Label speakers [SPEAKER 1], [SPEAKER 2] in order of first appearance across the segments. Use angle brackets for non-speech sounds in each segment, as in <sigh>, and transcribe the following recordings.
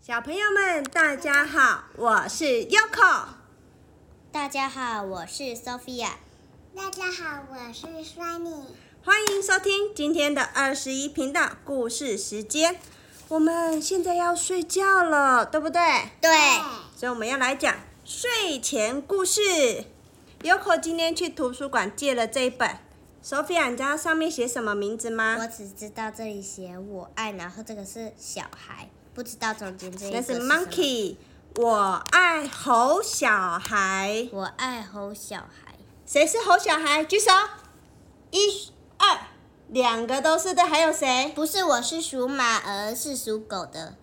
[SPEAKER 1] 小朋友们，大家好，我是 Yoko。
[SPEAKER 2] 大家好，我是 Sophia。
[SPEAKER 3] 大家好，我是 Sunny。
[SPEAKER 1] 欢迎收听今天的二十一频道故事时间。我们现在要睡觉了，对不对？
[SPEAKER 2] 对，
[SPEAKER 1] 所以我们要来讲睡前故事。Yoko 今天去图书馆借了这一本。Sophia，你知道上面写什么名字
[SPEAKER 2] 我
[SPEAKER 1] 吗？
[SPEAKER 2] 只知道这里写我爱，然后这个是小孩，不知道中间这一
[SPEAKER 1] 那
[SPEAKER 2] 个
[SPEAKER 1] 是
[SPEAKER 2] 什么
[SPEAKER 1] Monkey。我爱猴小孩。
[SPEAKER 2] 我爱吼小孩，
[SPEAKER 1] 谁是猴小孩？举手。一、二，两个都是的。还有谁？
[SPEAKER 2] 不是我是属马儿，是属狗的。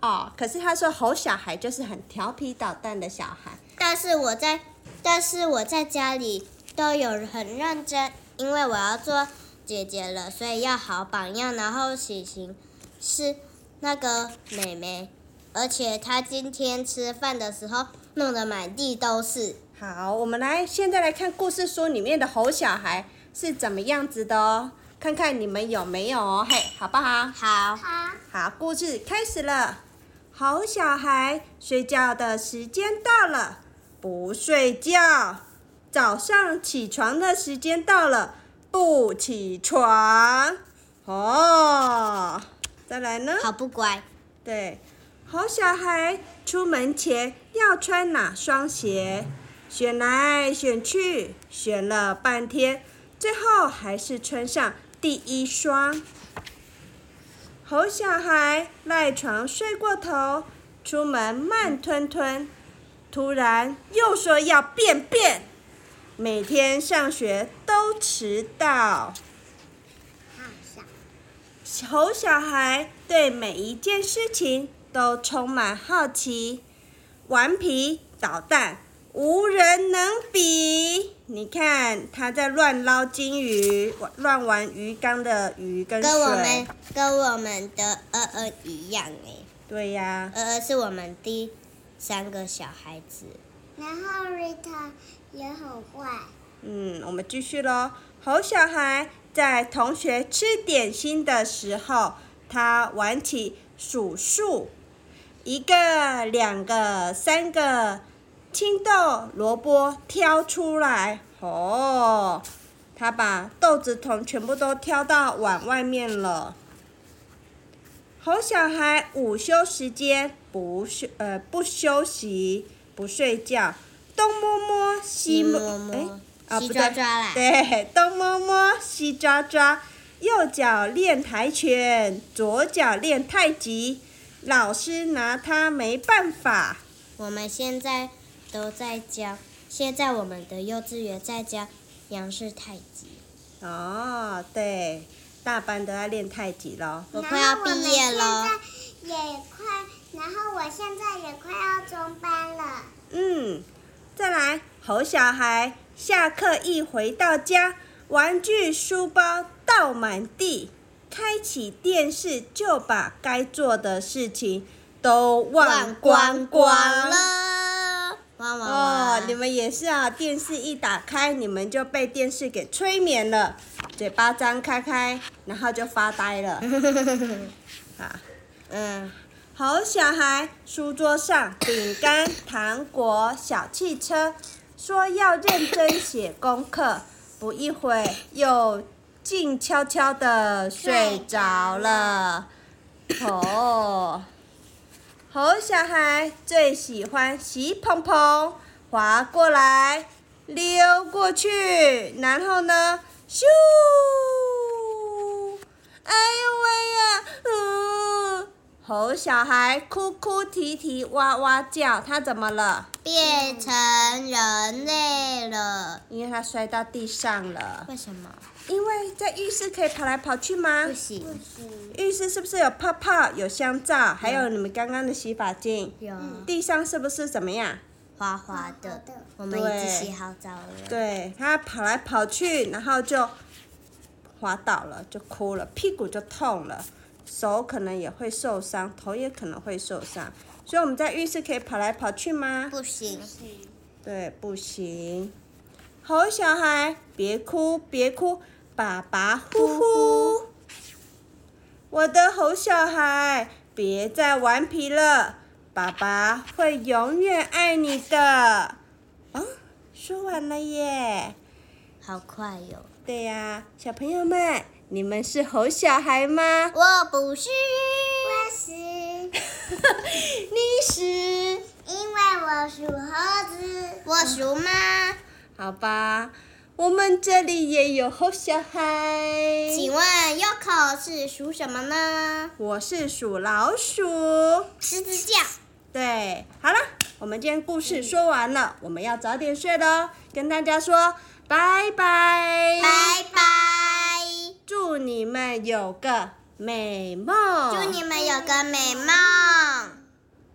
[SPEAKER 1] 哦，可是他说猴小孩就是很调皮捣蛋的小孩。
[SPEAKER 2] 但是我在，但是我在家里都有很认真，因为我要做姐姐了，所以要好榜样。然后喜晴是那个妹妹，而且她今天吃饭的时候弄得满地都是。
[SPEAKER 1] 好，我们来现在来看故事书里面的猴小孩是怎么样子的哦，看看你们有没有哦，嘿，好不好？
[SPEAKER 2] 好，
[SPEAKER 3] 好，
[SPEAKER 1] 好，故事开始了。好小孩，睡觉的时间到了，不睡觉；早上起床的时间到了，不起床。哦，再来呢？
[SPEAKER 2] 好不乖，
[SPEAKER 1] 对，好小孩出门前要穿哪双鞋？选来选去，选了半天，最后还是穿上第一双。猴小孩赖床睡过头，出门慢吞吞，突然又说要便便，每天上学都迟到。
[SPEAKER 3] 好笑，
[SPEAKER 1] 猴小孩对每一件事情都充满好奇，顽皮捣蛋，无人能比。你看他在乱捞金鱼，乱玩鱼缸的鱼跟水。
[SPEAKER 2] 跟我们跟我们的二二一样诶，
[SPEAKER 1] 对呀、
[SPEAKER 2] 二二是我们第三个小孩子。
[SPEAKER 3] 然后 Rita 也很坏，
[SPEAKER 1] 嗯，我们继续喽。猴小孩在同学吃点心的时候，他玩起数数，一个、两个、三个，青豆、萝卜挑出来。哦，他把豆子桶全部都挑到碗外面了。猴小孩午休时间不休呃不休息不睡觉，东摸摸西
[SPEAKER 2] 西
[SPEAKER 1] 摸
[SPEAKER 2] 摸摸
[SPEAKER 1] 哎啊
[SPEAKER 2] 西
[SPEAKER 1] 不
[SPEAKER 2] 抓
[SPEAKER 1] 对
[SPEAKER 2] 抓啦
[SPEAKER 1] 对，东摸摸西抓抓，右脚练跆拳，左脚练太极，老师拿他没办法。
[SPEAKER 2] 我们现在都在教，现在我们的幼稚园在教杨氏太极，
[SPEAKER 1] 哦，对，大班都要练太极咯。
[SPEAKER 2] 我快要毕业
[SPEAKER 3] 然
[SPEAKER 2] 了，
[SPEAKER 3] 后我们现在也快，然后我现在也快要中班了。
[SPEAKER 1] 嗯，再来，猴小孩下课一回到家，玩具书包倒满地，开启电视就把该做的事情都忘光光
[SPEAKER 2] 了，哇哇哇！
[SPEAKER 1] 哦，你们也是啊！电视一打开，你们就被电视给催眠了，嘴巴张开开，然后就发呆了。啊，
[SPEAKER 2] 嗯，
[SPEAKER 1] 好小孩，书桌上饼干、糖果、小汽车，说要认真写功课，不一会又静悄悄的睡着了。哦，猴小孩最喜欢洗蓬蓬，滑过来，溜过去，然后呢，咻！哎呦喂呀，嗯，猴小孩哭哭啼啼，哇哇叫，他怎么了？
[SPEAKER 2] 变成人类了，
[SPEAKER 1] 因为他摔到地上了。
[SPEAKER 2] 为什么？
[SPEAKER 1] 因为在浴室可以跑来跑去吗
[SPEAKER 2] 不？行，
[SPEAKER 3] 嗯，
[SPEAKER 1] 浴室是不是有泡泡、有香皂，还有你们刚刚的洗发精？
[SPEAKER 2] 有
[SPEAKER 1] 地上是不是怎么样？
[SPEAKER 2] 滑滑
[SPEAKER 3] 滑滑
[SPEAKER 2] 的
[SPEAKER 3] 的，
[SPEAKER 2] 我们已经
[SPEAKER 1] 嗯对
[SPEAKER 2] 洗好澡了，
[SPEAKER 1] 对，他跑来跑去，然后就滑倒了，就哭了，屁股就痛了，手可能也会受伤，头也可能会受伤。所以我们在浴室可以跑来跑去吗？
[SPEAKER 2] 不行，
[SPEAKER 1] 对，不行。好小孩，别哭，别哭，爸爸呼呼。我的猴小孩，别再顽皮了，爸爸会永远爱你的。哦，说完了耶。
[SPEAKER 2] 好快哟、
[SPEAKER 1] 对呀、小朋友们，你们是猴小孩吗？
[SPEAKER 2] 我不是，
[SPEAKER 3] 我
[SPEAKER 2] <laughs>
[SPEAKER 3] 是，因
[SPEAKER 1] 你是。
[SPEAKER 3] 为我属猴子。
[SPEAKER 2] 我属吗？
[SPEAKER 1] 好吧，我们这里也有猴小孩。
[SPEAKER 2] 请问 Yoko 是属什么呢？
[SPEAKER 1] 我是属老鼠。
[SPEAKER 2] 狮子叫。
[SPEAKER 1] 对，好了，我们今天故事说完了，我们要早点睡喽，跟大家说拜拜，
[SPEAKER 2] 拜拜，
[SPEAKER 1] 祝你们有个美梦，
[SPEAKER 2] 哦祝你们有个美梦。